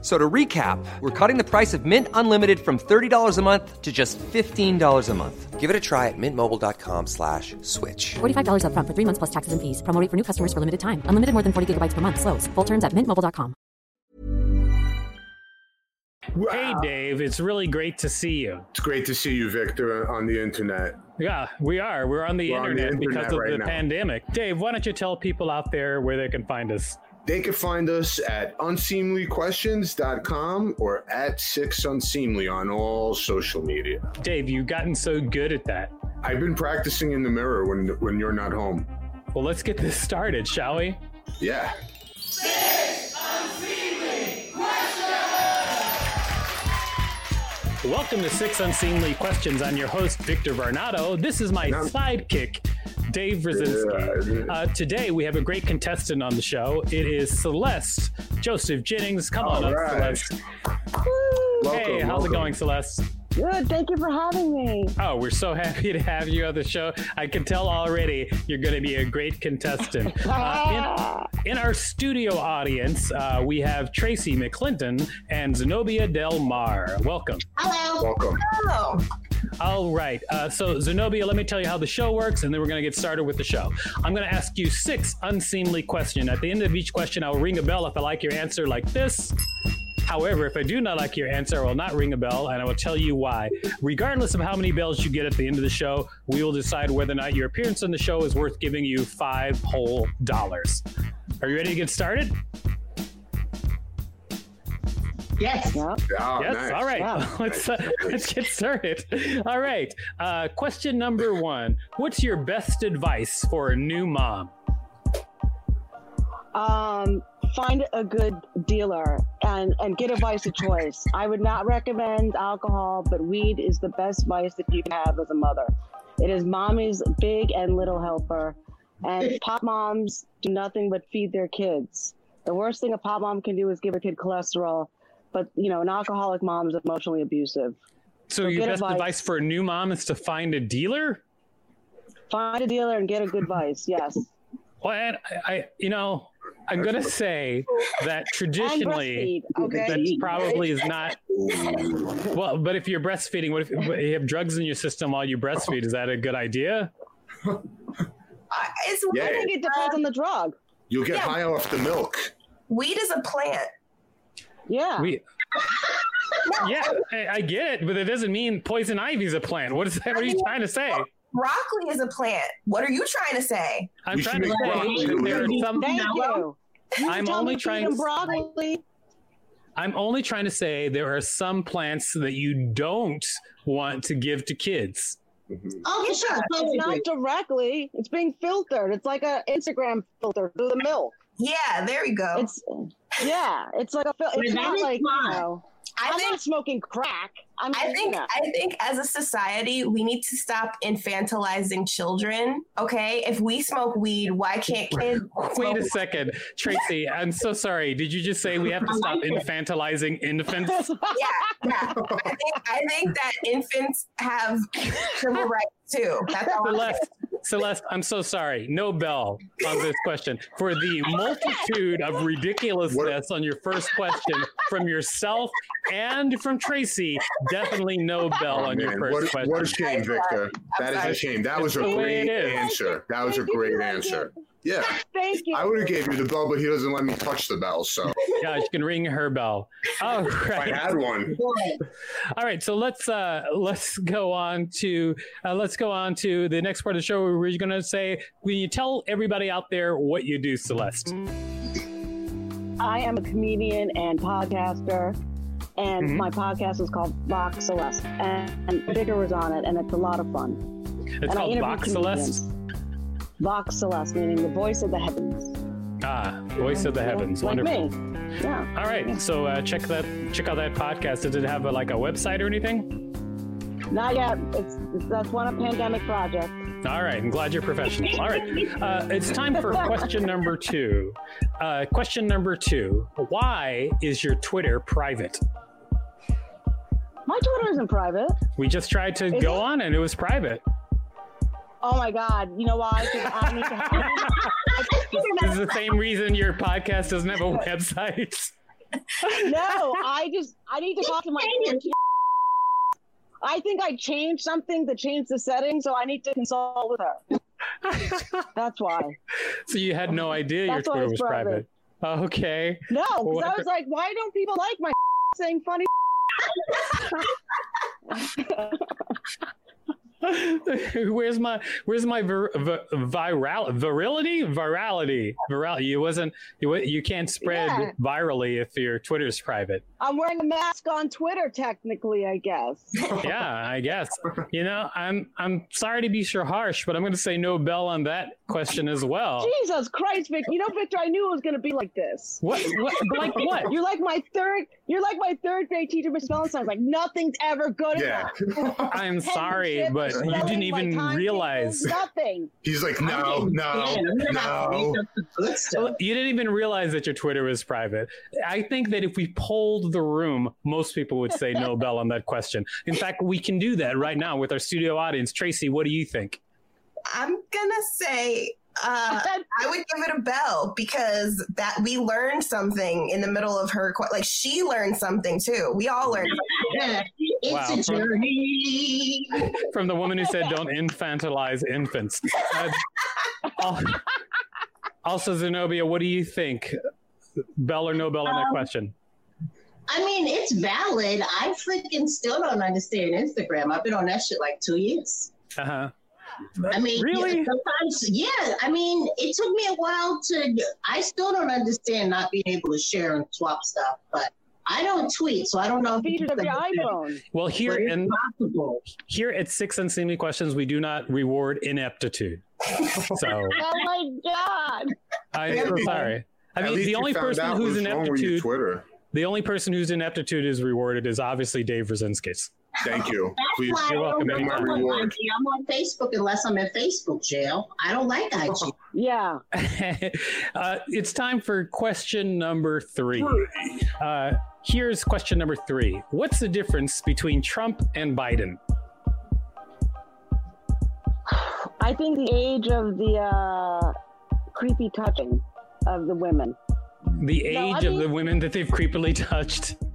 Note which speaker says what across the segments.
Speaker 1: So to recap, we're cutting the price of Mint Unlimited from $30 a month to just $15 a month. Give it a try at mintmobile.com slash switch.
Speaker 2: $45 upfront for three months plus taxes and fees. Promo rate for new customers for limited time. Unlimited more than 40 gigabytes per month. Slows. Full terms at mintmobile.com.
Speaker 3: Hey, Dave, it's really great to see you.
Speaker 4: It's great to see you, Victor, on the internet.
Speaker 3: Yeah, we are. We're on the,
Speaker 4: We're on the
Speaker 3: internet,
Speaker 4: internet
Speaker 3: because of
Speaker 4: right
Speaker 3: the
Speaker 4: now.
Speaker 3: pandemic. Dave, why don't you tell people out there where they can find us?
Speaker 4: They can find us at unseemlyquestions.com or at Six Unseemly on all social media.
Speaker 3: Dave, you've gotten so good at that.
Speaker 4: I've been practicing in the mirror when when you're not home.
Speaker 3: Well, let's get this started, shall we?
Speaker 4: Yeah.
Speaker 3: Welcome to Six Unseemly Questions. I'm your host, Victor Varnado. This is my
Speaker 4: Now-
Speaker 3: sidekick, Dave Brzezinski.
Speaker 4: Yeah.
Speaker 3: Uh, today, we have a great contestant on the show. It is Celeste Joseph Jennings. Come on
Speaker 4: All
Speaker 3: up,
Speaker 4: right.
Speaker 3: Celeste.
Speaker 4: Welcome,
Speaker 3: hey, how's
Speaker 4: welcome.
Speaker 3: it going, Celeste?
Speaker 5: Good. Thank you for having me.
Speaker 3: Oh, we're so happy to have you on the show. I can tell already you're going to be a great contestant. Uh, in, in our studio audience, uh, we have Tracy McClinton and Zenobia Del Mar. Welcome.
Speaker 5: Hello.
Speaker 4: Welcome.
Speaker 5: Hello.
Speaker 3: All right. Uh, so, Zenobia, let me tell you how the show works, and then we're going to get started with the show. I'm going to ask you six unseemly questions. At the end of each question, I'll ring a bell if I like your answer, like this. However, if I do not like your answer, I will not ring a bell, and I will tell you why. Regardless of how many bells you get at the end of the show, we will decide whether or not your appearance on the show is worth giving you five whole dollars. Are you ready to get started?
Speaker 6: Yes.
Speaker 5: Yeah.
Speaker 4: Oh,
Speaker 3: yes.
Speaker 4: nice.
Speaker 3: All right.
Speaker 5: Wow.
Speaker 3: Let's uh, let's get started. All right. Uh, question number one: What's your best advice for a new mom?
Speaker 5: Um, find a good dealer and and get a vice of choice. I would not recommend alcohol, but weed is the best vice that you can have as a mother. It is mommy's big and little helper, and pop moms do nothing but feed their kids. The worst thing a pop mom can do is give a kid cholesterol, but you know an alcoholic mom is emotionally abusive.
Speaker 3: So
Speaker 5: Well,
Speaker 3: your
Speaker 5: good
Speaker 3: best advice.
Speaker 5: advice.
Speaker 3: for a new mom is to find a dealer.
Speaker 5: Find a dealer and get a good vice. Yes,
Speaker 3: Well, and I, I you know, I'm gonna say that
Speaker 5: and
Speaker 3: traditionally.
Speaker 5: breastfeed. Okay.
Speaker 3: That probably is not well, but if you're breastfeeding, what if you have drugs in your system while you breastfeed? Is that a good idea?
Speaker 6: I- It's
Speaker 5: I
Speaker 4: Yeah.
Speaker 5: think it depends on the drug.
Speaker 4: You'll get
Speaker 6: Yeah.
Speaker 4: high off the milk.
Speaker 6: weed is a plant.
Speaker 5: Yeah.
Speaker 3: We, yeah, I, I get it, but it doesn't mean poison ivy is a plant. What is that? What are you trying to say?
Speaker 6: Broccoli is a plant. What are you trying to say?
Speaker 3: I'm
Speaker 4: We should
Speaker 3: trying to
Speaker 4: make
Speaker 3: say
Speaker 4: broccoli
Speaker 3: that there are
Speaker 4: illegal.
Speaker 3: some.
Speaker 5: Thank you. You
Speaker 3: I'm
Speaker 5: tell
Speaker 3: only
Speaker 5: me to
Speaker 3: trying
Speaker 5: eat
Speaker 3: to-
Speaker 5: broccoli.
Speaker 3: I'm only trying to say there are some plants that you don't want to give to kids.
Speaker 6: Oh, for sure.
Speaker 5: It's not directly. It's being filtered. It's like a Instagram filter through the milk.
Speaker 6: Yeah, there you go.
Speaker 5: It's yeah. It's like a fil-
Speaker 6: But
Speaker 5: It's
Speaker 6: Oh. that
Speaker 5: not
Speaker 6: is
Speaker 5: like
Speaker 6: fine.
Speaker 5: you know.
Speaker 6: I
Speaker 5: I'm
Speaker 6: think
Speaker 5: not smoking crack. I'm.
Speaker 6: I think
Speaker 5: you know.
Speaker 6: I think as a society we need to stop infantilizing children. Okay, if we smoke weed, why can't kids?
Speaker 3: Wait
Speaker 6: smoke-
Speaker 3: a second, Tracy. I'm so sorry. Did you just say we have to stop infantilizing infants?
Speaker 6: Yeah, I think, I think that infants have civil rights too. That's all. I'm saying.
Speaker 3: Celeste, Celeste, I'm so sorry. No bell on this question for the multitude of ridiculousness on your first question from yourself and from Tracy. Definitely no bell on your first
Speaker 4: Oh, what,
Speaker 3: question.
Speaker 4: what a shame, Victor. That is
Speaker 6: sorry.
Speaker 4: a shame. That was a
Speaker 3: It's the way it
Speaker 4: great
Speaker 3: is.
Speaker 4: answer. That was a
Speaker 5: Thank you,
Speaker 4: great
Speaker 5: thank you.
Speaker 4: answer. Yeah,
Speaker 5: Thank you.
Speaker 4: I would have gave you the bell, but he doesn't let me touch the bell. So
Speaker 3: Yeah, you can ring her bell. All
Speaker 4: if I
Speaker 3: right.
Speaker 4: had one.
Speaker 3: All right, so let's uh, let's go on to uh, let's go on to the next part of the show where we're going to say when you tell everybody out there what you do, Celeste.
Speaker 5: I am a comedian and podcaster, and
Speaker 3: Mhm.
Speaker 5: my podcast is called Vox Celeste, and, and Bigger was on it, and it's a lot of fun.
Speaker 3: It's
Speaker 5: and I
Speaker 3: called
Speaker 5: interview
Speaker 3: Vox Celeste.
Speaker 5: comedians. Vox Celeste, meaning the voice of the heavens.
Speaker 3: Ah, Voice of the Heavens.
Speaker 5: like
Speaker 3: Wonderful.
Speaker 5: me. Yeah.
Speaker 3: All right, so uh, check that check out that podcast. Does it have uh, a, like a website or anything?
Speaker 5: Not yet. It's, it's that's one of pandemic project.
Speaker 3: All right, I'm glad you're professional. All right, uh, it's time for question number two. Uh, question number two: Why is your Twitter private?
Speaker 5: My Twitter isn't private.
Speaker 3: We just tried to
Speaker 5: Is
Speaker 3: go
Speaker 5: it?
Speaker 3: on, and it was private.
Speaker 5: Oh my God. You know why? 'Cause I need to have
Speaker 3: This is the same reason your podcast doesn't have a website.
Speaker 5: No, I just, I need to talk to my. I think I changed something to change the setting, so I need to consult with her. That's why.
Speaker 3: So you had no idea your
Speaker 5: That's why
Speaker 3: Twitter was
Speaker 5: it's
Speaker 3: private. Okay.
Speaker 5: No, because I
Speaker 3: Whatever.
Speaker 5: was like, why don't people like my saying funny?
Speaker 3: where's my where's my vir- vir- viral virility virality virality? You wasn't you wa- you can't spread
Speaker 5: Yeah.
Speaker 3: virally if your Twitter's private.
Speaker 5: I'm wearing a mask on Twitter, technically, I guess.
Speaker 3: yeah, I guess. You know, I'm I'm sorry to be so harsh, but I'm going to say no bell on that question as well.
Speaker 5: Jesus Christ, Vic! You know, Victor, I knew it was going to be like this.
Speaker 3: What, what like what?
Speaker 5: You're like my third. You're like my third grade teacher, Miss Valentine's. Like nothing's ever good
Speaker 4: Yeah.
Speaker 5: enough.
Speaker 3: I'm
Speaker 5: Pen
Speaker 3: sorry,
Speaker 5: shit,
Speaker 3: but you
Speaker 5: spelling,
Speaker 3: didn't
Speaker 5: my
Speaker 3: even
Speaker 5: timetable,
Speaker 3: realize.
Speaker 5: nothing.
Speaker 4: He's like, no, no, no.
Speaker 3: Well, You didn't even realize that your Twitter was private. I think that if we polled the room, most people would say no bell on that question. In fact, we can do that right now with our studio audience. Tracy, what do you think?
Speaker 6: I'm gonna say uh, I would give it a bell because that we learned something in the middle of her que- like she learned something too. We all learned.
Speaker 7: It's
Speaker 3: Wow.
Speaker 7: a journey.
Speaker 3: From the woman who said, don't infantilize infants. Uh, al- also, Zenobia, what do you think? Bell or no bell on that
Speaker 7: Um,
Speaker 3: question?
Speaker 7: I mean, it's valid. I freaking still don't understand Instagram. I've been on that shit like two years.
Speaker 3: Uh huh.
Speaker 7: I mean,
Speaker 3: Really?
Speaker 7: yeah, sometimes, yeah. I mean, it took me a while to. I still don't understand not being able to share and swap stuff, but I don't tweet, so I don't know if it's
Speaker 5: Features of your
Speaker 7: something
Speaker 5: iPhone.
Speaker 3: Well, here
Speaker 7: Where is
Speaker 3: in
Speaker 7: possible.
Speaker 3: here at Six Unseemly Questions, we do not reward ineptitude. So.
Speaker 5: Oh my God!
Speaker 3: I'm
Speaker 4: At
Speaker 3: so
Speaker 4: least-
Speaker 3: sorry. I
Speaker 4: At
Speaker 3: mean,
Speaker 4: least
Speaker 3: the
Speaker 4: you
Speaker 3: only
Speaker 4: found
Speaker 3: person
Speaker 4: out
Speaker 3: who's
Speaker 4: what's wrong with your
Speaker 3: ineptitude,
Speaker 4: Twitter.
Speaker 3: the only person whose ineptitude is rewarded is obviously Dave Rosinskis.
Speaker 4: Thank you. Please.
Speaker 7: That's why
Speaker 3: you're
Speaker 7: I
Speaker 3: welcome,
Speaker 7: don't
Speaker 3: Amy.
Speaker 7: go
Speaker 4: My
Speaker 7: on
Speaker 4: reward.
Speaker 7: IG. I'm on Facebook unless I'm in Facebook jail. I don't like IG.
Speaker 5: Yeah,
Speaker 3: uh, it's time for question number three. Uh, here's question number three. What's the difference between Trump and Biden?
Speaker 5: I think the age of the uh, creepy touching of the women.
Speaker 3: The age
Speaker 5: No, I
Speaker 3: of
Speaker 5: mean-
Speaker 3: the women that they've creepily touched.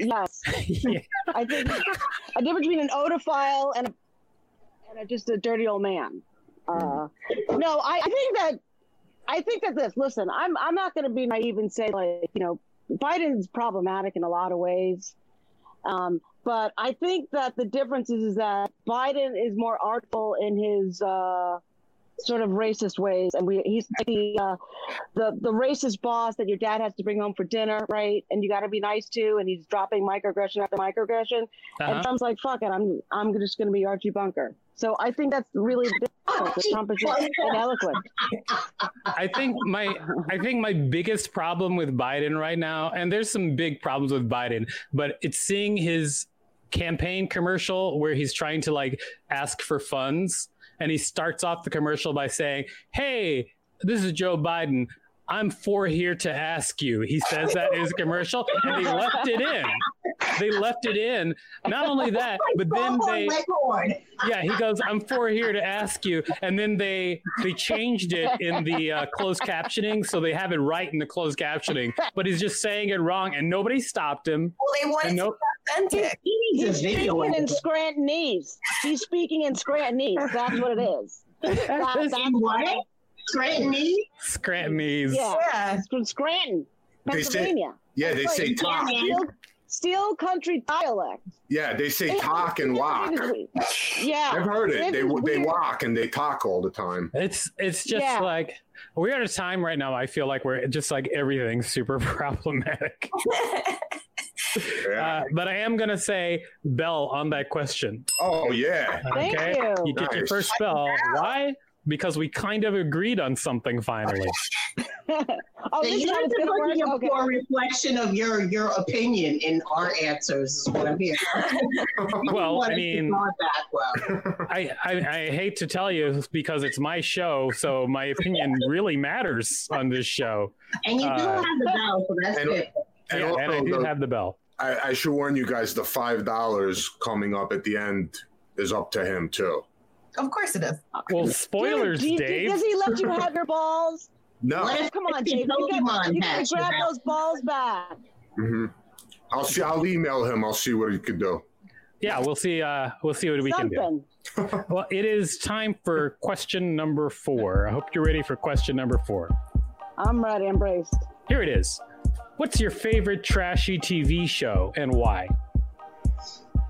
Speaker 5: Yes,
Speaker 3: Yeah.
Speaker 5: I think a difference between an odophile and a, and a, just a dirty old man. Uh, no, I, I think that I think that this. Listen, I'm I'm not going to be naive and say like you know Biden's problematic in a lot of ways, um, but I think that the difference is, is that Biden is more artful in his. Uh, Sort of racist ways, and we, he's like the, uh, the the racist boss that your dad has to bring home for dinner, right? And you got to be nice to, and he's dropping microaggression after microaggression. And
Speaker 3: Uh-huh.
Speaker 5: Trump's like, fuck it, I'm I'm just gonna be Archie Bunker. So I think that's really the difference. that Trump is just ineloquent.
Speaker 3: I think my I think my biggest problem with Biden right now, and there's some big problems with Biden, but it's seeing his campaign commercial where he's trying to like ask for funds, and he starts off the commercial by saying, "Hey, this is Joe Biden. I'm for here to ask you." He says that in his commercial, and they left it in. They left it in. Not only that, but then they
Speaker 7: Leghorn.
Speaker 6: oh,
Speaker 3: yeah he goes i'm for here to ask you and then they they changed it in the uh, closed captioning so they have it right in the closed captioning but he's just saying it wrong and nobody stopped him
Speaker 6: Well, they wanted
Speaker 3: and nope
Speaker 6: to be authentic.
Speaker 7: He needs
Speaker 5: He's
Speaker 7: a video.
Speaker 5: speaking
Speaker 7: of
Speaker 5: in
Speaker 7: it.
Speaker 5: Scrantonese. He's speaking in Scrantonese. That's what it is. That-
Speaker 3: That's-
Speaker 5: that's-
Speaker 7: What? Scranton?
Speaker 3: Scrantonese
Speaker 5: yeah,
Speaker 6: Yeah.
Speaker 5: it's from Scranton,
Speaker 4: They say-
Speaker 5: Pennsylvania.
Speaker 4: Yeah, they
Speaker 5: Like,
Speaker 4: say
Speaker 5: yeah,
Speaker 4: talk.
Speaker 5: Steel, steel country dialect.
Speaker 4: Yeah, they say
Speaker 5: It's-
Speaker 4: talk and
Speaker 5: it's
Speaker 4: walk.
Speaker 5: weird. Yeah,
Speaker 4: I've heard it. They
Speaker 5: It's
Speaker 4: they
Speaker 5: weird.
Speaker 4: walk and they talk all the time.
Speaker 3: it's it's just
Speaker 5: Yeah.
Speaker 3: like we're at a time right now i feel like we're just like everything's super problematic
Speaker 4: Yeah.
Speaker 3: uh, but i am going to say bell on that question
Speaker 4: oh yeah.
Speaker 5: Thank
Speaker 3: okay
Speaker 5: you.
Speaker 3: you get your
Speaker 4: Nice.
Speaker 3: first bell why because we kind of agreed on something finally.
Speaker 5: oh,
Speaker 7: So
Speaker 5: this
Speaker 7: you
Speaker 5: time
Speaker 7: have
Speaker 5: it's
Speaker 7: to
Speaker 5: gonna
Speaker 7: put me a
Speaker 5: work. Okay.
Speaker 7: poor reflection of your your opinion in our answers is what I'm hearing. You
Speaker 3: Well,
Speaker 7: want
Speaker 3: I
Speaker 7: us to
Speaker 3: mean-
Speaker 7: draw back, well.
Speaker 3: I, I I hate to tell you because it's my show, so my opinion really matters on this show.
Speaker 7: and you do
Speaker 3: Uh,
Speaker 7: have the bell, so that's
Speaker 4: and-
Speaker 7: it.
Speaker 4: And
Speaker 3: yeah, and I
Speaker 4: also,
Speaker 3: do
Speaker 4: the-
Speaker 3: have the bell.
Speaker 4: I, I should warn you guys: the five dollars coming up at the end is up to him too.
Speaker 6: Of course it is.
Speaker 3: Well,
Speaker 5: Dude,
Speaker 3: spoilers,
Speaker 5: do you-
Speaker 3: Dave.
Speaker 5: Does he let you have your balls?
Speaker 4: No,
Speaker 7: What if
Speaker 5: Come on,
Speaker 7: the
Speaker 5: Dave. You gotta,
Speaker 7: Pokemon
Speaker 5: you gotta
Speaker 7: hatch
Speaker 5: grab
Speaker 7: without-
Speaker 5: those balls back.
Speaker 4: hmm I'll see. I'll email him. I'll see what he could do.
Speaker 3: Yeah, we'll see. Uh, we'll see what we can do.
Speaker 5: Something.
Speaker 3: Well, it is time for question number four. I hope you're ready for question number four.
Speaker 5: I'm ready. I'm braced.
Speaker 3: Here it is. What's your favorite trashy TV show and why?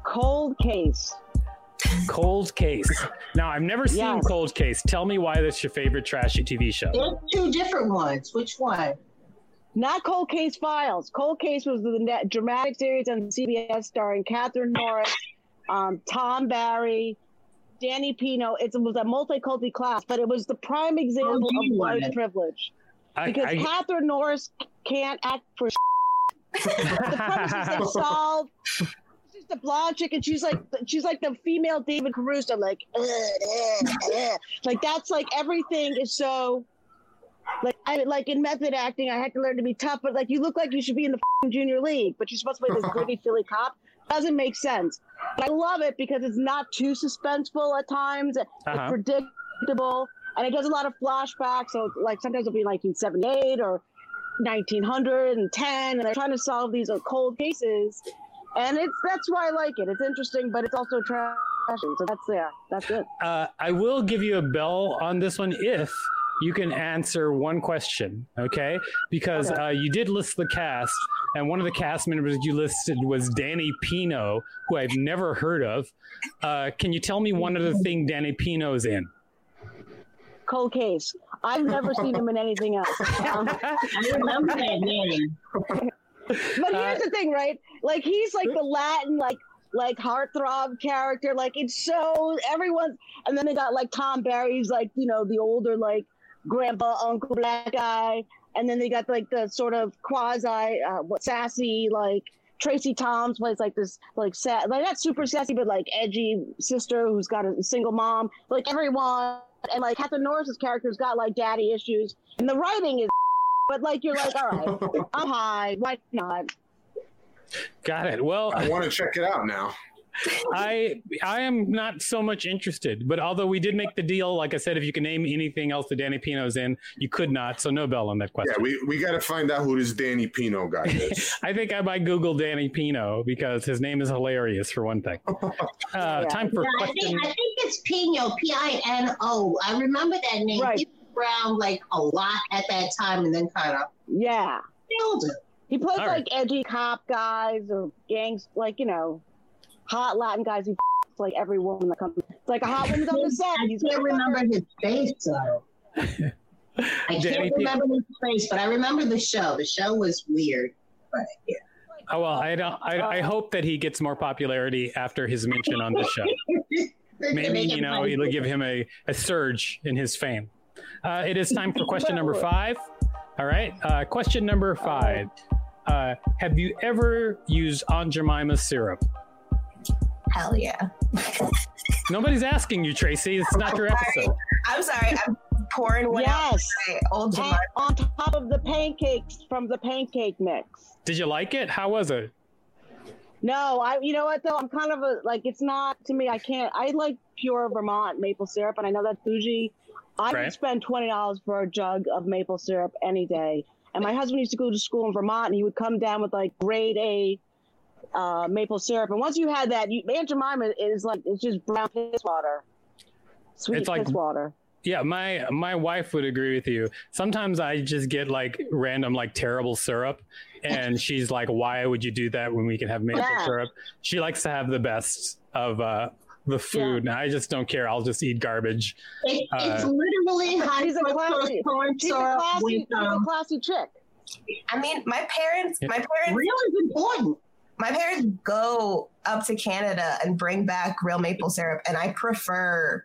Speaker 5: Cold case.
Speaker 3: Cold Case. Now, I've never seen
Speaker 5: Yes.
Speaker 3: Cold Case. Tell me why that's your favorite trashy TV show.
Speaker 7: There's two different ones. Which one?
Speaker 5: Not Cold Case Files. Cold Case was the net dramatic series on CBS starring Catherine Norris, um, Tom Barry, Danny Pino. It was a multicultural class, but it was the prime example
Speaker 7: Oh,
Speaker 5: of
Speaker 7: you want
Speaker 5: white
Speaker 7: it.
Speaker 5: privilege
Speaker 3: I,
Speaker 5: because
Speaker 3: I-
Speaker 5: Catherine Norris can't act for the premise is that solved. She's the blonde chick, and she's like she's like the female David Caruso, like "Ugh, ugh, ugh." like that's like everything is so. Like I like in method acting, I had to learn to be tough. But like you look like you should be in the fing junior league, but you're supposed to play this gritty Philly cop. Doesn't make sense. But I love it because it's not too suspenseful at times.
Speaker 3: Uh-huh.
Speaker 5: It's predictable, and it does a lot of flashbacks. So like sometimes it'll be 1978 or 1910 and they're trying to solve these uh, cold cases and it's that's why i like it it's interesting but it's also trash so that's there that's it
Speaker 3: uh, I will give you a bell on this one if you can answer one question, okay? Because
Speaker 5: Okay.
Speaker 3: Uh, you did list the cast, and one of the cast members you listed was Danny Pino, who I've never heard of. Uh, can you tell me one other thing Danny Pino's in?
Speaker 5: cold case i've never seen him in anything else Um,
Speaker 7: I remember that name.
Speaker 5: but here's the thing right like he's like the latin like like heartthrob character like it's so everyone's and then they got like tom barry's like you know the older like grandpa uncle black guy and then they got like the sort of quasi uh, what sassy like tracy toms plays like this like sa- like not super sassy but like edgy sister who's got a single mom like everyone and like Catherine Norris's character's got like daddy issues and the writing is but like you're like all right I'm high. Why not?
Speaker 3: Got it. Well,
Speaker 4: I want to check it out now.
Speaker 3: I I am not so much interested. But although we did make the deal, like I said, if you can name anything else that Danny Pino's in, you could not. So no bell on that question.
Speaker 4: Yeah, we, we got to find out who this Danny Pino guy is.
Speaker 3: I think I might Google Danny Pino because his name is hilarious for one thing. Uh, Time for
Speaker 7: Yeah, I
Speaker 3: question.
Speaker 7: think I think it's Pino, P I N O. I remember that name.
Speaker 5: Right.
Speaker 7: He was around like a lot at that time, and then kind of
Speaker 5: Yeah.
Speaker 7: failed it.
Speaker 5: He plays
Speaker 3: All right.
Speaker 5: like edgy cop guys or gangs, like, you know, hot Latin guys who f- like every woman that comes. It's like a hot woman's on the set.
Speaker 7: I
Speaker 5: He's
Speaker 7: can't remember his face though. I
Speaker 3: Danny
Speaker 7: can't
Speaker 3: P-
Speaker 7: remember his face, but I remember the show. The show was weird. But yeah.
Speaker 3: Oh, well, I don't.
Speaker 7: Uh.
Speaker 3: I, I hope that he gets more popularity after his mention on the show. Maybe you know it'll give him a, a surge in his fame. Uh, it is time for question number five. All right, uh, question number
Speaker 7: Oh.
Speaker 3: five. Uh, have you ever used Aunt Jemima syrup?
Speaker 6: Hell yeah.
Speaker 3: Nobody's asking you, Tracy. It's not your episode.
Speaker 6: I'm sorry. I'm pouring one out
Speaker 5: Yes.
Speaker 6: of my old
Speaker 5: Ta-
Speaker 6: Jemima.
Speaker 5: on top of the pancakes from the pancake mix.
Speaker 3: Did you like it? How was it?
Speaker 5: No, I. You know what though? I'm kind of a like. It's not to me. I can't. I like pure Vermont maple syrup, and I know that's bougie. I
Speaker 3: Right.
Speaker 5: would spend twenty dollars for a jug of maple syrup any day. And my husband used to go to school in Vermont, and he would come down with like grade A uh, maple syrup. And once you had that, you, Aunt Jemima is like it's just brown piss water, sweet
Speaker 3: It's like-
Speaker 5: piss water.
Speaker 3: Yeah, my my wife would agree with you. Sometimes I just get like random like terrible syrup and she's like why would you do that when we can have maple
Speaker 5: Yeah.
Speaker 3: syrup? She likes to have the best of uh the food and I just don't care. I'll just eat garbage.
Speaker 7: It, it's
Speaker 3: Uh,
Speaker 7: literally high
Speaker 5: She's a classy-
Speaker 7: fructose corn
Speaker 5: She's a
Speaker 7: syrup
Speaker 5: classy,
Speaker 7: with
Speaker 5: she's a
Speaker 7: um,
Speaker 5: classy chick.
Speaker 6: I mean, my parents, my parents,
Speaker 7: real is important.
Speaker 6: my parents go up to Canada and bring back real maple syrup, and I prefer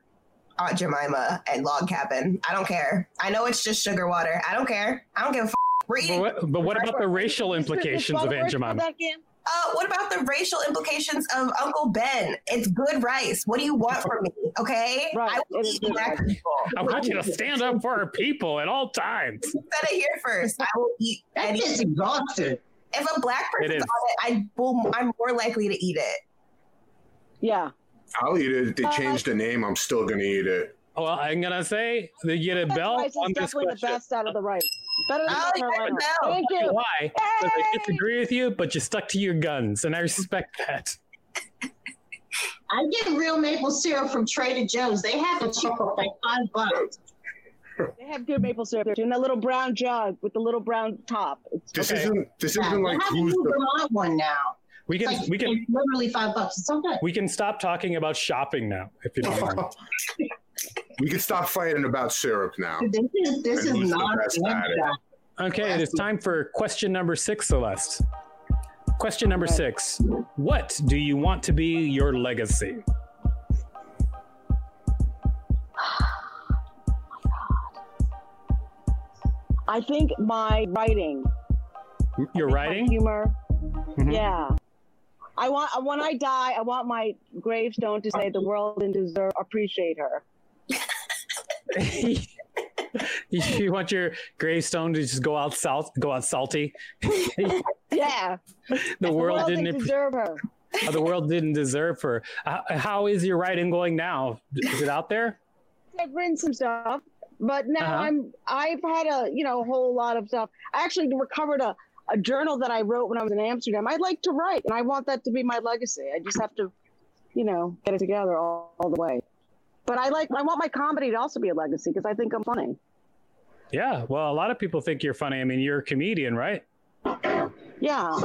Speaker 6: Aunt Jemima at Log Cabin. I don't care. I know it's just sugar water. I don't care. I don't give a f- We're
Speaker 3: But
Speaker 6: eating.
Speaker 3: what, but what about the racial implications of Aunt Jemima?
Speaker 6: Uh, what about the racial implications of Uncle Ben? It's good rice. What do you want from me? Okay,
Speaker 5: Right,
Speaker 6: I will
Speaker 5: it is
Speaker 6: eat
Speaker 5: good
Speaker 6: black
Speaker 5: rice.
Speaker 6: people.
Speaker 3: I want you to stand up for our people at all times.
Speaker 6: Said it here first. I will eat
Speaker 7: That
Speaker 6: any.
Speaker 7: is exhausted.
Speaker 6: If a black
Speaker 3: It is.
Speaker 6: person's on it, I will. I'm more likely to eat it.
Speaker 5: Yeah.
Speaker 4: I'll eat it. If they change the name, I'm still gonna eat it.
Speaker 3: Well, I'm gonna say that you get a bell
Speaker 5: rice
Speaker 3: on
Speaker 5: is
Speaker 3: this
Speaker 5: definitely the
Speaker 3: question.
Speaker 5: best out of the rice. Better than
Speaker 6: Oh,
Speaker 5: North
Speaker 6: yeah,
Speaker 5: Carolina.
Speaker 6: no.
Speaker 5: Thank
Speaker 3: I don't know
Speaker 5: you.
Speaker 3: Why? 'Cause I disagree with you, but you stuck to your guns, and I respect that.
Speaker 7: I get real maple syrup from Trader Joe's. They have it cheap for like five bucks.
Speaker 5: They have good maple syrup there, too, in that little brown jug with the little brown top. It's
Speaker 4: This
Speaker 3: Okay.
Speaker 4: isn't. This
Speaker 7: Yeah,
Speaker 4: isn't
Speaker 7: we
Speaker 4: like
Speaker 7: have a
Speaker 4: who's
Speaker 7: new
Speaker 4: the
Speaker 7: Vermont one now.
Speaker 3: We can
Speaker 7: It's like
Speaker 3: we can
Speaker 7: it's literally five bucks. It's so good.
Speaker 3: we can stop talking about shopping now, if you don't mind.
Speaker 4: we can stop fighting about syrup now.
Speaker 7: This is this is
Speaker 4: Who's the
Speaker 7: not
Speaker 4: best at it?
Speaker 7: bad.
Speaker 3: Okay, it is time for question number six, Celeste. Question number six: What do you want to be your legacy?
Speaker 5: I think my writing,
Speaker 3: Your
Speaker 5: my
Speaker 3: writing?
Speaker 5: humor.
Speaker 3: Mhm.
Speaker 5: Yeah. I want I- when I die, I want my gravestone to say the world and deserve appreciate her.
Speaker 3: you want your gravestone to just go out south, go out salty.
Speaker 5: Yeah,
Speaker 3: The world didn't
Speaker 5: and
Speaker 3: appre-
Speaker 5: deserve her.
Speaker 3: Uh, the world didn't deserve her. How, how is your writing going now? Is it out there?
Speaker 5: I've written some stuff, but now
Speaker 3: Uh-huh.
Speaker 5: I'm I've had a you know a whole lot of stuff. I actually recovered a a journal that I wrote when I was in Amsterdam. I like to write, and I want that to be my legacy. I just have to, you know, get it together all, all the way. But I like I want my comedy to also be a legacy because I think I'm funny.
Speaker 3: Yeah. Well, a lot of people think you're funny. I mean, you're a comedian, right?
Speaker 5: Yeah.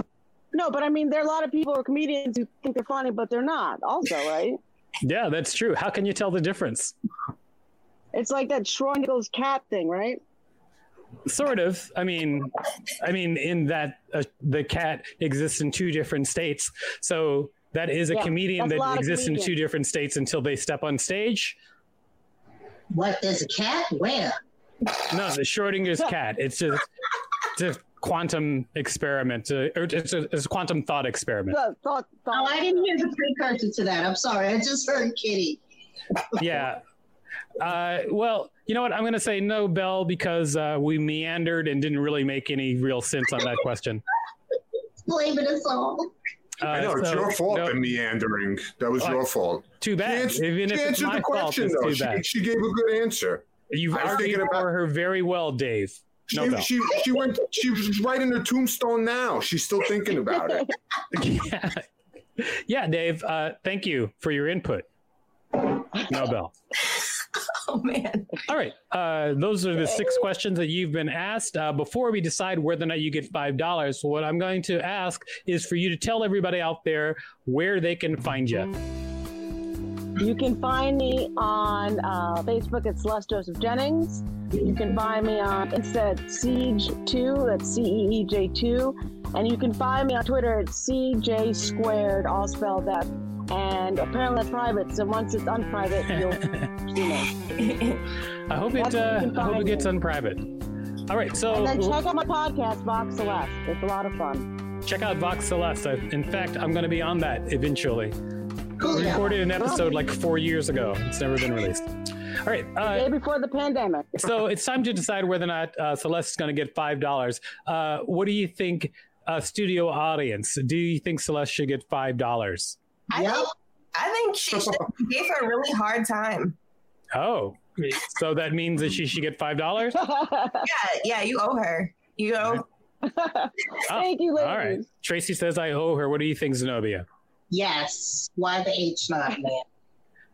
Speaker 5: No, but I mean, there are a lot of people who are comedians who think they're funny, but they're not. Also, right?
Speaker 3: Yeah, that's true. How can you tell the difference?
Speaker 5: It's like that Schrodinger's cat thing, right?
Speaker 3: Sort of. I mean, I mean, in that uh, the cat exists in two different states, so that is a
Speaker 5: Yeah,
Speaker 3: comedian
Speaker 5: that's a lot
Speaker 3: that
Speaker 5: of
Speaker 3: exists in two
Speaker 5: comedians.
Speaker 3: different states until they step on stage.
Speaker 7: What? There's a cat? Where?
Speaker 3: No, the Schrodinger's cat. It's just, it's a quantum experiment. Uh, or it's, a, it's a quantum thought experiment.
Speaker 5: The thought,
Speaker 7: Oh,
Speaker 5: thought.
Speaker 7: I didn't hear the precursor to that. I'm sorry. I just heard kitty.
Speaker 3: yeah. Uh, well, you know what? I'm going to say no, Bell, because uh, we meandered and didn't really make any real sense on that question.
Speaker 7: Blaming us all.
Speaker 3: Uh,
Speaker 4: I know it's
Speaker 3: so,
Speaker 4: your fault.
Speaker 3: no,
Speaker 4: The meandering. That was
Speaker 3: What?
Speaker 4: your fault.
Speaker 3: too
Speaker 4: She
Speaker 3: bad.
Speaker 4: ans-
Speaker 3: Even
Speaker 4: she
Speaker 3: if it's
Speaker 4: answered
Speaker 3: my
Speaker 4: the
Speaker 3: fault,
Speaker 4: question
Speaker 3: it's
Speaker 4: though.
Speaker 3: too
Speaker 4: She,
Speaker 3: bad.
Speaker 4: she gave a good answer.
Speaker 3: You've
Speaker 4: I was
Speaker 3: argued
Speaker 4: thinking about-
Speaker 3: for her very well, Dave.
Speaker 4: She,
Speaker 3: No, Bell.
Speaker 4: she she went. She's writing her tombstone now. She's still thinking about it.
Speaker 3: yeah. yeah, Dave. Uh, thank you for your input. No, Bell.
Speaker 6: Oh man.
Speaker 3: All right. Uh, those are the six questions that you've been asked. Uh, before we decide whether or not you get $5, what I'm going to ask is for you to tell everybody out there where they can find you.
Speaker 5: You can find me on uh, Facebook at Celeste Joseph Jennings. You can find me on Insta at Siege2, that's C E E J 2. And you can find me on Twitter at CJ squared, all spelled out. And apparently that's private, so once it's unprivate, you'll see me.
Speaker 3: I hope it,
Speaker 5: That's where
Speaker 3: uh,
Speaker 5: you can
Speaker 3: I hope it
Speaker 5: find
Speaker 3: gets
Speaker 5: me.
Speaker 3: unprivate. All right. So
Speaker 5: And then check out my podcast, Vox Celeste. It's a lot of fun.
Speaker 3: check out Vox Celeste. I- In fact, I'm going to be on that eventually.
Speaker 7: Cool.
Speaker 3: Recorded an episode like four years ago. It's never been released. All right. Uh,
Speaker 5: Day before the pandemic.
Speaker 3: so it's time to decide whether or not uh, Celeste's going to get five dollars. Uh, what do you think, uh, studio audience? Do you think Celeste should get five dollars?
Speaker 6: I
Speaker 7: Yep.
Speaker 6: think I think she should gave her a really hard time.
Speaker 3: Oh, so that means that she should get five dollars. Oh,
Speaker 6: Yeah, Uh, yeah, you owe her. You owe
Speaker 5: Thank you,
Speaker 3: All
Speaker 5: ladies.
Speaker 3: right. Tracy says I owe her. What do you think, Zenobia?
Speaker 7: Yes. Why the H not, man?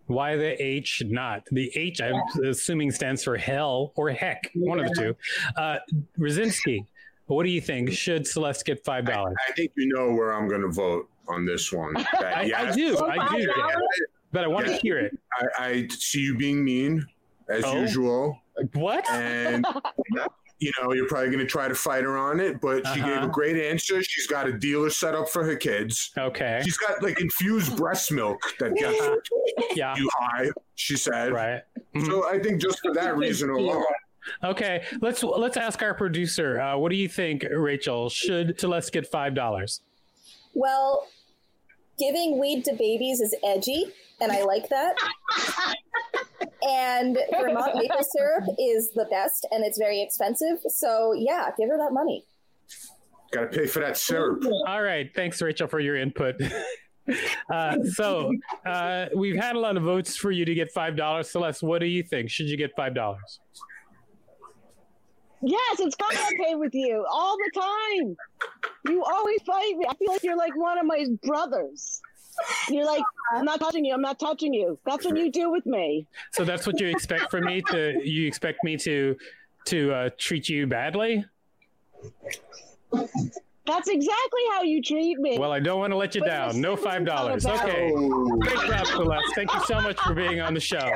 Speaker 3: Why the H not? The H, I'm assuming, stands for hell or heck, one of the two. Uh, Rosinski, what do you think? Should Celeste get five dollars?
Speaker 4: I think you know where I'm going to vote on this one. That
Speaker 3: I, I
Speaker 4: yes,
Speaker 3: do,
Speaker 5: Oh
Speaker 3: I do,
Speaker 4: yeah,
Speaker 3: but I want to hear it.
Speaker 4: I, I see you being mean as
Speaker 3: Oh.
Speaker 4: usual,
Speaker 3: What?
Speaker 4: and you know you're probably going to try to fight her on it. But she gave
Speaker 3: Uh-huh.
Speaker 4: a great answer. She's got a dealer set up for her kids.
Speaker 3: Okay.
Speaker 4: She's got like infused breast milk that gets
Speaker 3: Yeah.
Speaker 4: you high. She said,
Speaker 3: Right.
Speaker 4: So I think just for that reason alone,
Speaker 3: Okay, let's let's ask our producer. Uh, what do you think, Rachel? Should Celeste get five dollars?
Speaker 8: Well, giving weed to babies is edgy, and I like that. and Vermont maple syrup is the best, and it's very expensive. So yeah, give her that money.
Speaker 4: got to pay for that syrup.
Speaker 3: All right, thanks, Rachel, for your input. uh, so uh, we've had a lot of votes for you to get five dollars. Celeste, what do you think? Should you get five dollars?
Speaker 5: Yes, it's kind of okay with you all the time. You always fight me. I feel like you're like one of my brothers. You're like, I'm not touching you. I'm not touching you. That's what you do with me.
Speaker 3: So that's what you expect from me to you expect me to to uh, treat you badly?
Speaker 5: That's exactly how you treat me.
Speaker 3: Well, I don't want to let you
Speaker 5: But
Speaker 3: down.
Speaker 5: you're
Speaker 3: No
Speaker 5: saying
Speaker 3: five dollars.
Speaker 5: it's all about-
Speaker 3: Okay. Great job, Celeste. Thank you so much for being on the show.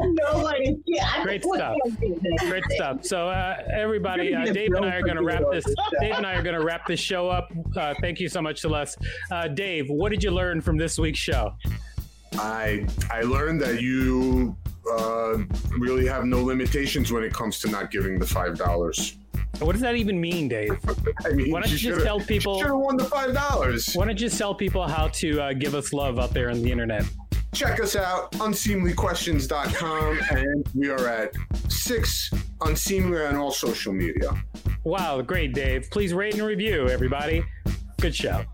Speaker 7: Nobody. Yeah, I
Speaker 3: Great
Speaker 7: what
Speaker 3: stuff.
Speaker 7: can I do?
Speaker 3: Great stuff. So uh, everybody, uh, Dave and I are going to wrap this. Dave and I are going to wrap this show up. Uh, thank you so much, Celeste. Uh, Dave, what did you learn from this week's show?
Speaker 4: I I learned that you uh, really have no limitations when it comes to not giving the five dollars.
Speaker 3: What does that even mean, Dave?
Speaker 4: I mean,
Speaker 3: Why don't you just tell people-
Speaker 4: Should have won the five dollars.
Speaker 3: Why don't you tell people how to uh, give us love out there on the internet?
Speaker 4: Check us out, unseemlyquestions.com, and we are at six unseemly on all social media.
Speaker 3: Wow, great, Dave. Please rate and review, everybody. Good show.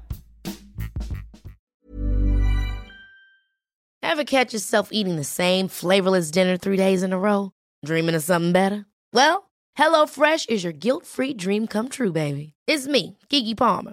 Speaker 9: Ever catch yourself eating the same flavorless dinner three days in a row? Dreaming of something better? Well, HelloFresh is your guilt free dream come true, baby. It's me, Kiki Palmer.